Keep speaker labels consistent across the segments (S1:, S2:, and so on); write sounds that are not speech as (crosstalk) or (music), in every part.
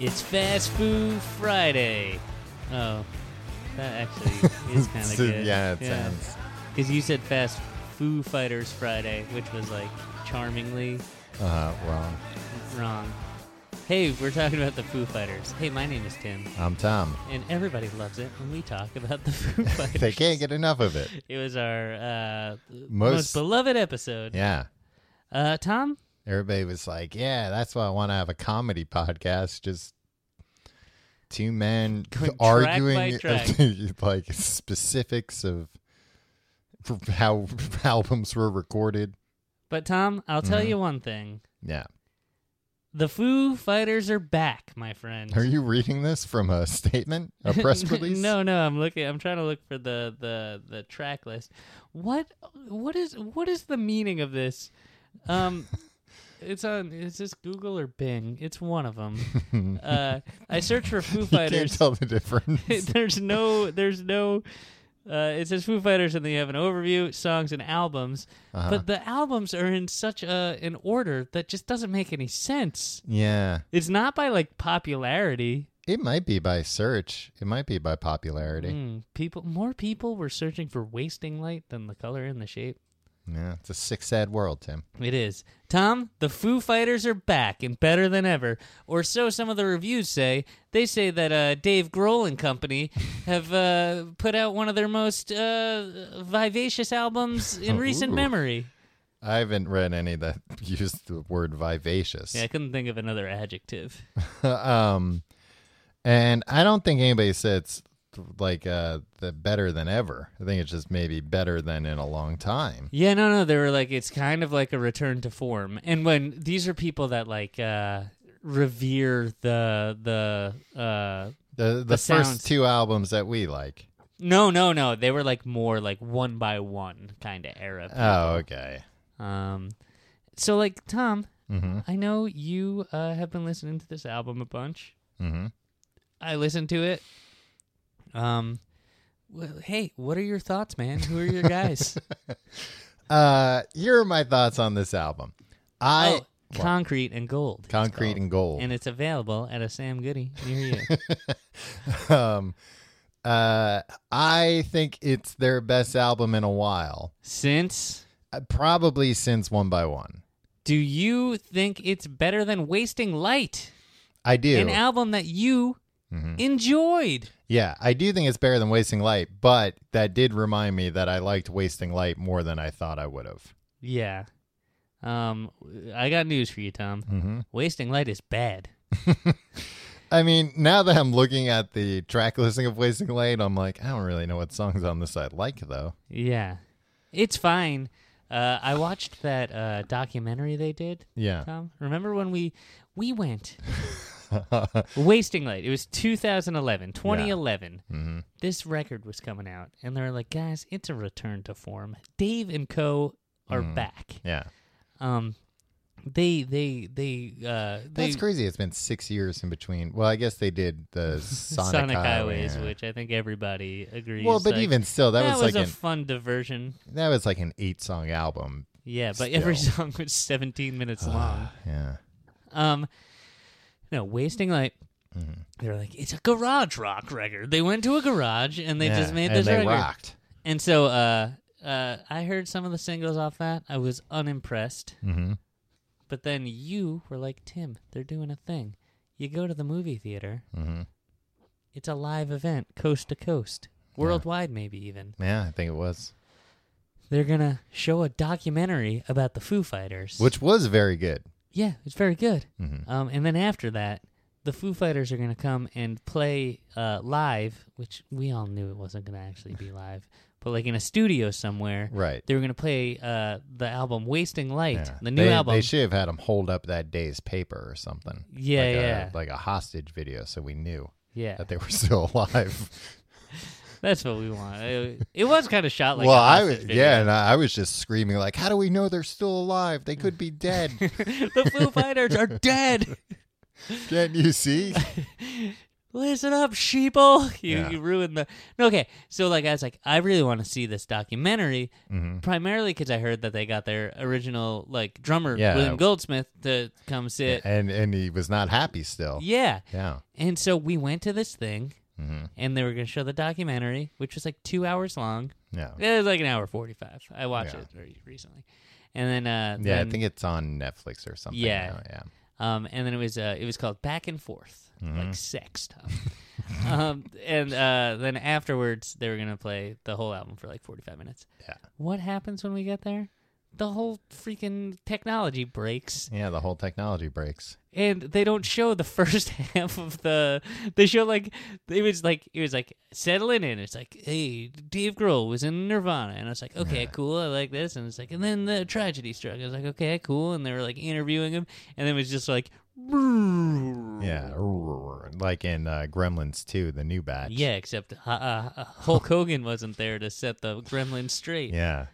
S1: It's Fast Food Friday. Oh, that actually
S2: (laughs)
S1: is kind of
S2: So,
S1: good.
S2: yeah, it sounds.
S1: Because you said Fast Foo Fighters Friday, which was like charmingly
S2: Uh, well,
S1: wrong. Hey, we're talking about the Foo Fighters. Hey, my name is Tim,
S2: I'm Tom.
S1: and everybody loves it when we talk about the (laughs) Foo Fighters.
S2: They can't get enough of
S1: (laughs)
S2: it.
S1: It was our uh, most,
S2: Most-
S1: beloved episode.
S2: Yeah.
S1: Uh, Tom,
S2: Everybody was like, yeah, that's why I want to have a comedy podcast. Just two men
S1: (laughs) Going track
S2: (laughs) arguing
S1: by
S2: like specifics of how (laughs) albums were recorded.
S1: but Tom, I'll tell
S2: Mm-hmm.
S1: you one thing:
S2: Yeah.
S1: the Foo Fighters are back, my friend.
S2: Are you reading this from a statement,
S1: (laughs)
S2: a press release?
S1: no, no, I'm looking. I'm trying to look for the the the track list. What what is what is the meaning of this?
S2: (laughs)
S1: Um, it's on. Is this Google or Bing? It's one of
S2: (laughs)
S1: them. uh, I search for Foo
S2: You can't
S1: Fighters.
S2: tell
S1: (laughs)
S2: the difference.
S1: there's no. There's no. Uh, it says Foo Fighters, and then you have an overview, songs, and albums.
S2: Uh-huh.
S1: But the albums are in such a an order that just doesn't make any sense.
S2: (laughs) yeah.
S1: It's not by like popularity.
S2: It might be by search. It might be by popularity.
S1: Mm, people, more people were searching for wasting light than the color and the shape.
S2: Yeah. It's a sick, sad world, Tim.
S1: It is. Tom, the Foo Fighters are back and better than ever, or so some of the reviews say. They say that uh, Dave Grohl and company have uh, put out one of their most uh, vivacious albums in recent
S2: Ooh.
S1: memory.
S2: I haven't read any that (laughs) used the word vivacious.
S1: Yeah, I couldn't think of another adjective.
S2: (laughs) um, and I don't think anybody said it's like uh, the better than ever. I think it's just maybe better than in a long time.
S1: Yeah, no, no. They were like, it's kind of like a return to form. And when these are people that like uh, revere the the uh,
S2: The the, first
S1: sounds-
S2: two albums that we like.
S1: No, no, no. They were like more like one by one kind of era.
S2: Oh, okay.
S1: Um, so like Tom,
S2: Mm-hmm.
S1: I know you uh, have been listening to this album a bunch.
S2: Mm-hmm.
S1: I listened to it. Um, well, hey, what are your thoughts, man? Who are your guys?
S2: Uh, here are my thoughts on this album. (laughs) I
S1: oh, concrete and gold. it's
S2: concrete
S1: called.
S2: and gold.
S1: and it's available at a Sam Goody near you.
S2: (laughs) um, uh, I think it's their best album in a while,
S1: Since
S2: Uh, probably since One by One.
S1: do you think it's better than Wasting Light,
S2: I do.
S1: an album that you
S2: Mhm.
S1: enjoyed?
S2: Yeah, I do think it's better than Wasting Light, but that did remind me that I liked Wasting Light more than I thought I would have.
S1: Yeah. Um, I got news for you, Tom.
S2: Mhm.
S1: Wasting light is bad.
S2: I mean, now that I'm looking at the track listing of Wasting Light, I'm like, I don't really know what songs on this I like, though.
S1: Yeah, it's fine. Uh, I watched that uh, documentary they did.
S2: Yeah.
S1: Tom, remember when we we went
S2: (laughs)
S1: wasting light? It was 2011, 2011.
S2: hmm
S1: This record was coming out, and they were like, "Guys, it's a return to form. Dave and Co are
S2: Mm-hmm.
S1: back."
S2: Yeah.
S1: Um, they they they uh they
S2: That's crazy. It's been six years in between. Well, I guess they did
S1: (laughs)
S2: the Sonic,
S1: Sonic
S2: Highway,
S1: Highways,
S2: yeah.
S1: which I think everybody agrees.
S2: Well, but
S1: like,
S2: even still, that, was,
S1: was,
S2: like
S1: a
S2: an
S1: fun diversion.
S2: that was like an eight song album.
S1: Yeah, but every
S2: Still.
S1: song was 17
S2: (sighs)
S1: minutes long.
S2: Yeah.
S1: Um, no, wasting light.
S2: Mm-hmm.
S1: They're like, it's a garage rock record. They went to a garage and they
S2: Yeah,
S1: just made
S2: and
S1: this
S2: they
S1: record.
S2: rocked.
S1: And so, uh, uh, I heard some of the singles off that. I was unimpressed.
S2: hmm
S1: But then you were like, Tim, they're doing a thing. You go to the movie theater.
S2: Mhm.
S1: It's a live event, coast to coast, worldwide, maybe even.
S2: Yeah, I think it was,
S1: They're gonna show a documentary about the Foo Fighters.
S2: which was very good.
S1: Yeah, it's very good.
S2: Mhm.
S1: Um, and then after that, the Foo Fighters are going to come and play uh, live, which we all knew it wasn't going to actually be live, but like in a studio somewhere.
S2: Right.
S1: They were going to play uh, the album "Wasting Light,"
S2: Yeah.
S1: the new
S2: they,
S1: album.
S2: They should have had him hold up that day's paper or something.
S1: Yeah,
S2: like
S1: yeah.
S2: A, like a hostage video, so we knew
S1: yeah,
S2: that they were (laughs) still alive.
S1: that's what we want. It, it was kind of shot (laughs) like.
S2: well,
S1: a
S2: I
S1: hostage
S2: was,
S1: video. (laughs)
S2: yeah, and I, I was just screaming like, "How do we know they're still alive? They could be dead.
S1: (laughs) the Foo Fighters are dead. (laughs)
S2: Can't you see?"
S1: listen up, sheeple. You,
S2: Yeah.
S1: you ruined the. No, okay, so like I was like, I really want to see this documentary,
S2: Mhm.
S1: primarily because I heard that they got their original like drummer
S2: Yeah.
S1: William Goldsmith to come sit.
S2: and and he was not happy still.
S1: Yeah.
S2: Yeah.
S1: and so we went to this thing,
S2: hmm
S1: and they were going to show the documentary, which was like two hours long.
S2: Yeah.
S1: It was like an hour forty-five. I watched
S2: Yeah.
S1: it very recently, and then uh,
S2: Yeah,
S1: then,
S2: I think it's on Netflix or something.
S1: Yeah.
S2: now, yeah.
S1: um, and then it was uh, it was called Back and Forth, like
S2: Mhm.
S1: sex stuff.
S2: (laughs)
S1: um, and uh, then afterwards, they were gonna play the whole album for like forty-five minutes.
S2: Yeah.
S1: What happens when we get there? The whole freaking technology breaks,
S2: Yeah, the whole technology breaks.
S1: and they don't show the first (laughs) half of the. They show like it was like it was like settling in. It's like, hey, Dave Grohl was in Nirvana, and I was like, okay,
S2: Yeah.
S1: cool, I like this. And it's like, and then the tragedy struck. I was like, okay, cool. And they were like interviewing him, and then it was just like,
S2: Yeah. Like in uh, Gremlins 2, the new batch.
S1: yeah. Except uh, uh, Hulk Hogan wasn't there to set the gremlin straight.
S2: Yeah.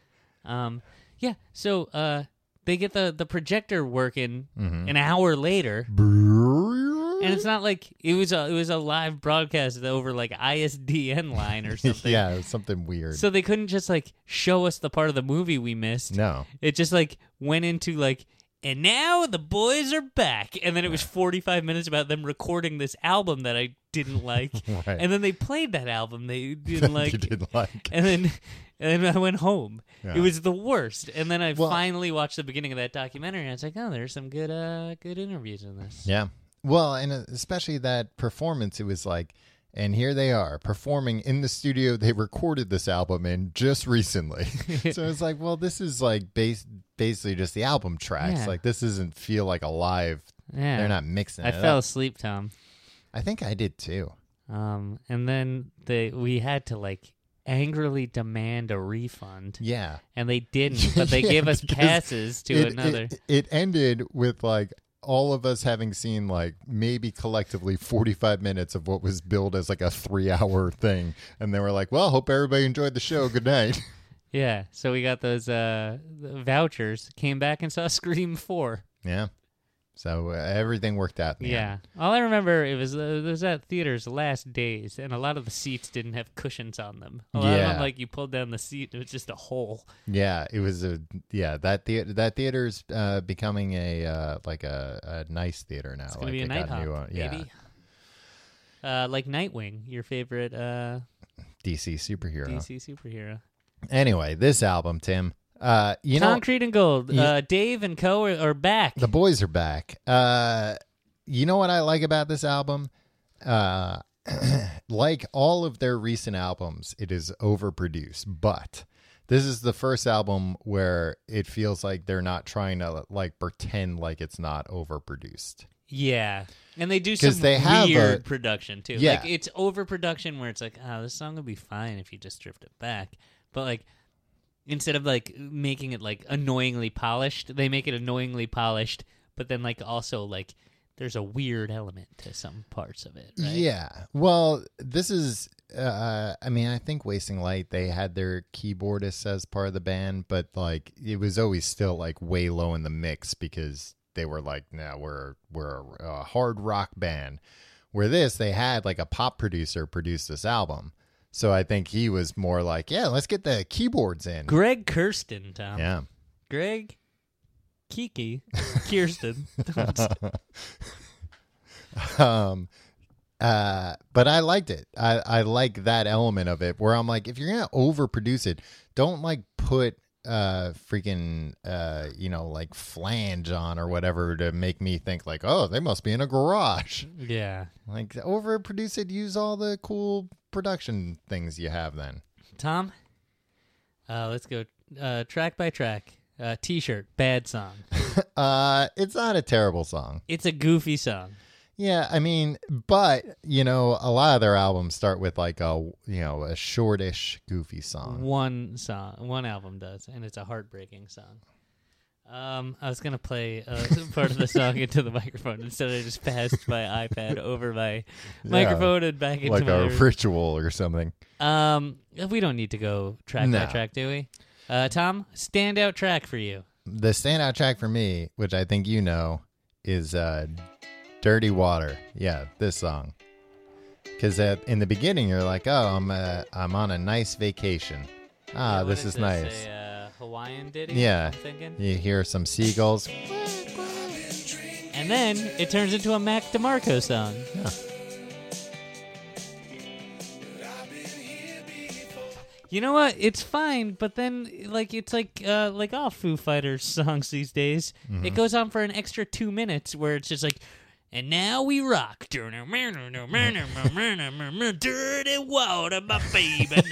S1: Um, yeah. So uh, they get the the projector working
S2: Mhm.
S1: an hour later. and
S2: Mm-hmm.
S1: it's not like it was a it was a live broadcast over like ISDN line or (laughs) something.
S2: (laughs) yeah, it's something weird.
S1: So they couldn't just like show us the part of the movie we missed.
S2: no. (laughs)
S1: It just like went into like and now the boys are back and then it was 45 minutes about them recording this album that I
S2: (laughs)
S1: didn't like.
S2: Right.
S1: And then they played that album
S2: (laughs)
S1: they didn't like.
S2: you did like.
S1: And then and then I went home.
S2: Yeah.
S1: It was the worst. And then I
S2: Well-
S1: finally watched the beginning of that documentary and I was like, "Oh, there's some good uh good interviews in this."
S2: Yeah. Well, and uh, especially that performance, it was like, and here they are performing in the studio they recorded this album in just recently. (laughs) so it's like, well, this is like base, basically just the album tracks.
S1: Yeah.
S2: Like, this doesn't feel like a live.
S1: Yeah.
S2: They're not mixing.
S1: I
S2: it
S1: fell
S2: Up.
S1: asleep, Tom.
S2: I think I did too.
S1: Um, and then they we had to like angrily demand a refund,
S2: Yeah.
S1: and they didn't.
S2: (laughs)
S1: But they
S2: Yeah,
S1: gave us
S2: because
S1: passes to
S2: it,
S1: another.
S2: It, it ended with like all of us having seen like maybe collectively 45 minutes of what was billed as like a three hour thing. And they were like, well, hope everybody enjoyed the show. Good night. (laughs)
S1: yeah, so we got those uh vouchers. Came back and saw (laughs) Scream Four.
S2: yeah. So uh, everything worked out. in
S1: Yeah.
S2: the end.
S1: all I remember it was uh, it was that theater's last days, and a lot of the seats didn't have cushions on them. A lot of them,
S2: Yeah.
S1: like you pulled down the seat, it was just a hole.
S2: Yeah. It was a, yeah, that theater, that theater's uh, becoming a, uh, like a, a nice theater now.
S1: It's
S2: like
S1: gonna be a
S2: it
S1: night
S2: got
S1: hop,
S2: new, uh, yeah.
S1: baby. Uh, like Nightwing, your favorite uh,
S2: DC superhero.
S1: DC superhero.
S2: Anyway, this album, Tim, uh, you know,
S1: Concrete and Gold.
S2: you-
S1: uh, Dave and Co. are, are back.
S2: The boys are back. Uh, you know what I like about this album? Uh, (clears throat) like all of their recent albums, it is overproduced, but this is the first album where it feels like they're not trying to like pretend like it's not overproduced.
S1: yeah, and they do
S2: 'Cause
S1: some
S2: they have
S1: weird
S2: a-
S1: production too.
S2: Yeah.
S1: like it's overproduction where it's like, oh, this song would be fine if you just stripped it back, but like. Instead of like making it like annoyingly polished, they make it annoyingly polished, but then like also like there's a weird element to some parts of it. Right?
S2: Yeah. Well, this is. Uh, I mean, I think Wasting Light they had their keyboardist as part of the band, but like it was always still like way low in the mix because they were like, "No, we're we're a, a hard rock band." Where this, they had like a pop producer produce this album, so I think he was more like, "Yeah, let's get the keyboards in."
S1: Greg Kirsten, Tom.
S2: Yeah.
S1: Greg Kiki Kirsten. (laughs)
S2: um uh but i liked it i i like that element of it where i'm like if you're gonna overproduce it don't like put uh freaking uh you know like flange on or whatever to make me think like oh they must be in a garage
S1: yeah.
S2: like overproduce it use all the cool production things you have then
S1: Tom, uh, let's go uh, track by track. Uh, T-shirt, bad song.
S2: uh it's not a terrible song
S1: It's a goofy song.
S2: Yeah, I mean, but you know, a lot of their albums start with like a you know a shortish, goofy song.
S1: One song, one album does, and it's a heartbreaking song. Um, I was gonna play uh, (laughs) part of the song into the microphone instead. I just passed my
S2: (laughs)
S1: iPad over my microphone and back into
S2: like
S1: my.
S2: a ritual or something.
S1: um, we don't need to go track by
S2: No.
S1: track, do we? Uh, Tom, standout track for you.
S2: The standout track for me, which I think you know, is uh, "Dirty Water." Yeah, this song. because in the beginning you're like, oh, I'm uh, I'm on a nice vacation.
S1: Yeah,
S2: Ah,
S1: what
S2: this is nice.
S1: A, uh, Hawaiian ditty.
S2: Yeah.
S1: I'm thinking.
S2: You hear some seagulls.
S1: And then it turns into a Mac DeMarco song.
S2: Yeah.
S1: You know what? It's fine, but then like it's like uh like all Foo Fighters songs these days. It goes on for an extra two minutes where it's just like and now we rock. Dirty water, my baby.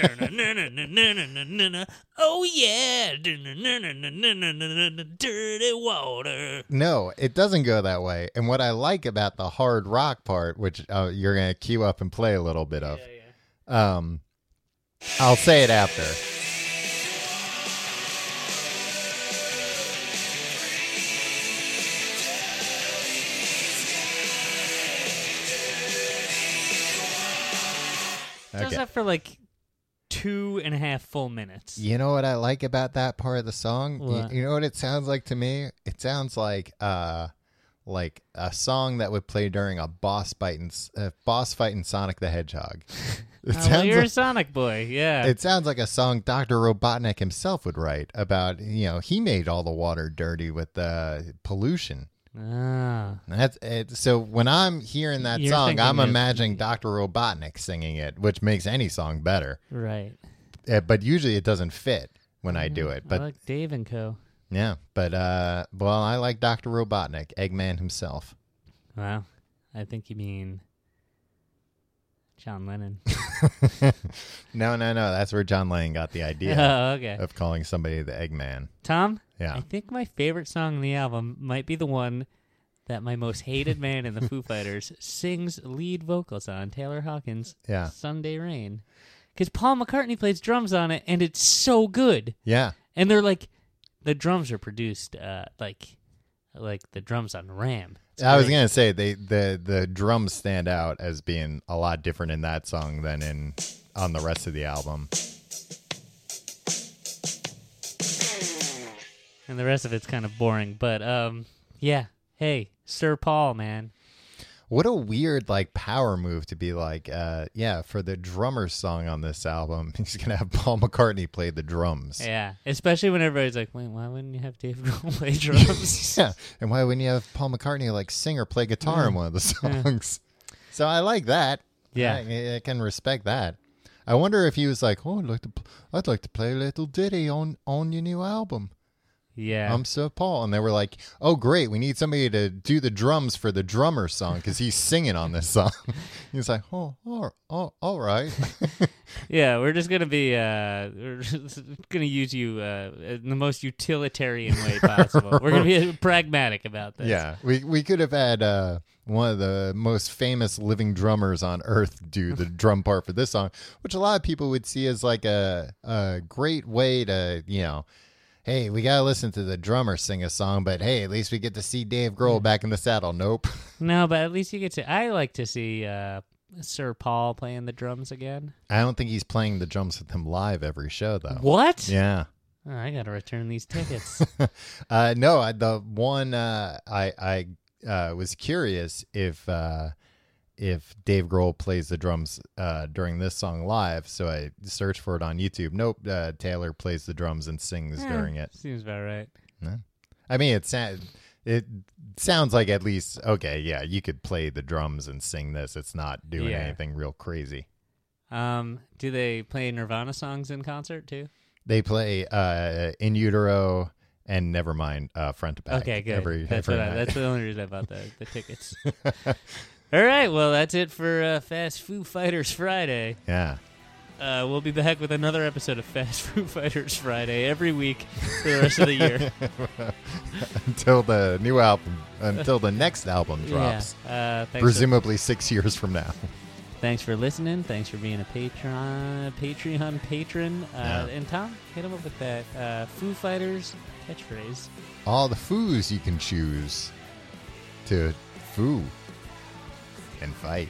S1: Oh yeah. Dirty water.
S2: No, it doesn't go that way. And what I like about the hard rock part, which uh, you're gonna queue up and play a little bit of, um, I'll say it after.
S1: Does that for like two and a half full minutes.
S2: You know what I like about that part of the song? You-
S1: What?
S2: You, know what it sounds like to me? It sounds like uh like a song that would play during a boss fight in S- uh, boss fight in Sonic the
S1: (laughs)
S2: Hedgehog. It
S1: Oh, well,
S2: sounds
S1: you're a
S2: like,
S1: Sonic boy, yeah.
S2: it sounds like a song Dr. Robotnik himself would write about, you know, he made all the water dirty with uh, pollution.
S1: Ah.
S2: And That's it. So when I'm hearing that
S1: You're
S2: song,
S1: thinking
S2: I'm
S1: of-
S2: imagining Dr. Robotnik singing it, which makes any song better.
S1: Right.
S2: Uh, but usually it doesn't fit when I do it. But
S1: Mm-hmm. I like Dave and Co.
S2: Yeah, but uh, well, I like Doctor Robotnik, Eggman himself.
S1: Wow. I think you mean John Lennon. (laughs)
S2: No, no, no, that's where John Lane got
S1: (laughs)
S2: the idea
S1: oh, okay.
S2: of calling somebody the Eggman.
S1: Tom, I
S2: Yeah,
S1: think my favorite song on the album might be the one that my most hated man in the
S2: (laughs)
S1: Foo Fighters sings lead vocals on, Taylor Hawkins,
S2: Yeah.
S1: Sunday Rain. Because Paul McCartney plays drums on it, and it's so good.
S2: yeah,
S1: And they're like, the drums are produced uh, like like the drums on Ram. It's
S2: I was
S1: great.
S2: gonna say they the the drums stand out as being a lot different in that song than in on the rest of the album.
S1: and the rest of it's kind of boring. But um, yeah. Hey, Sir Paul, man.
S2: What a weird like power move to be like, uh, yeah, for the drummer song on this album, (laughs) he's gonna have Paul McCartney play the drums.
S1: Yeah, especially when everybody's like, "Wait, why wouldn't you have Dave Grohl
S2: (laughs)
S1: play drums?"
S2: Yeah, and why wouldn't you have Paul McCartney like sing or play guitar in one of the songs? (laughs) So I like that.
S1: Yeah.
S2: I, I can respect that. I wonder if he was like, "Oh, I'd like to, pl- I'd like to play a little ditty on on your new album."
S1: yeah,
S2: I'm Sir Paul, and they were like, "Oh, great, we need somebody to do the drums for the drummer song because he's singing on this (laughs) song." he's like, "Oh, all, all,
S1: (laughs)
S2: all right."
S1: yeah. We're just gonna be, uh, we're (laughs) just gonna use you uh, in the most utilitarian way possible. we're gonna
S2: (laughs)
S1: be pragmatic about this.
S2: yeah, we we could have had uh, one of the most famous living drummers on earth
S1: (laughs)
S2: do the drum part for this song, which a lot of people would see as like a a great way to you know. Hey, we gotta listen to the drummer sing a song, but hey, at least we get to see Dave
S1: Hmm.
S2: Grohl back in the saddle. Nope.
S1: No, but at least you get to. I like to see uh, Sir Paul playing the drums again.
S2: I don't think he's playing the drums with him live every show though.
S1: What?
S2: Yeah.
S1: Oh, I gotta return these
S2: (laughs)
S1: tickets.
S2: uh, no, I, the one uh, I I uh, was curious if uh, if Dave Grohl plays the drums uh, during this song live, so I searched for it on YouTube. Nope, uh, Taylor plays the drums and sings
S1: Eh,
S2: during it.
S1: Seems about right.
S2: I mean, it sa- it sounds like at least okay. Yeah, you could play the drums and sing this. It's not doing
S1: Yeah.
S2: anything real crazy.
S1: Um, do they play Nirvana songs in concert too?
S2: They play uh, in utero and Nevermind uh, front to back.
S1: Okay, good.
S2: Every,
S1: that's,
S2: every
S1: what I,
S2: night.
S1: that's the only reason I bought the, the
S2: (laughs)
S1: tickets. All right, well, that's it for uh, Fast Foo Fighters Friday.
S2: yeah.
S1: Uh, we'll be back with another episode of Fast (laughs) Foo Fighters Friday every week for the rest of the year.
S2: until the new album, until the next album (laughs) drops,
S1: Yeah. Uh, thanks,
S2: presumably six years from now.
S1: for, thanks for listening. Thanks for being a Patreon Patreon patron. Uh,
S2: Yeah.
S1: And Tom, hit him up with that uh, Foo Fighters catchphrase.
S2: All the foos you can choose to foo and fight.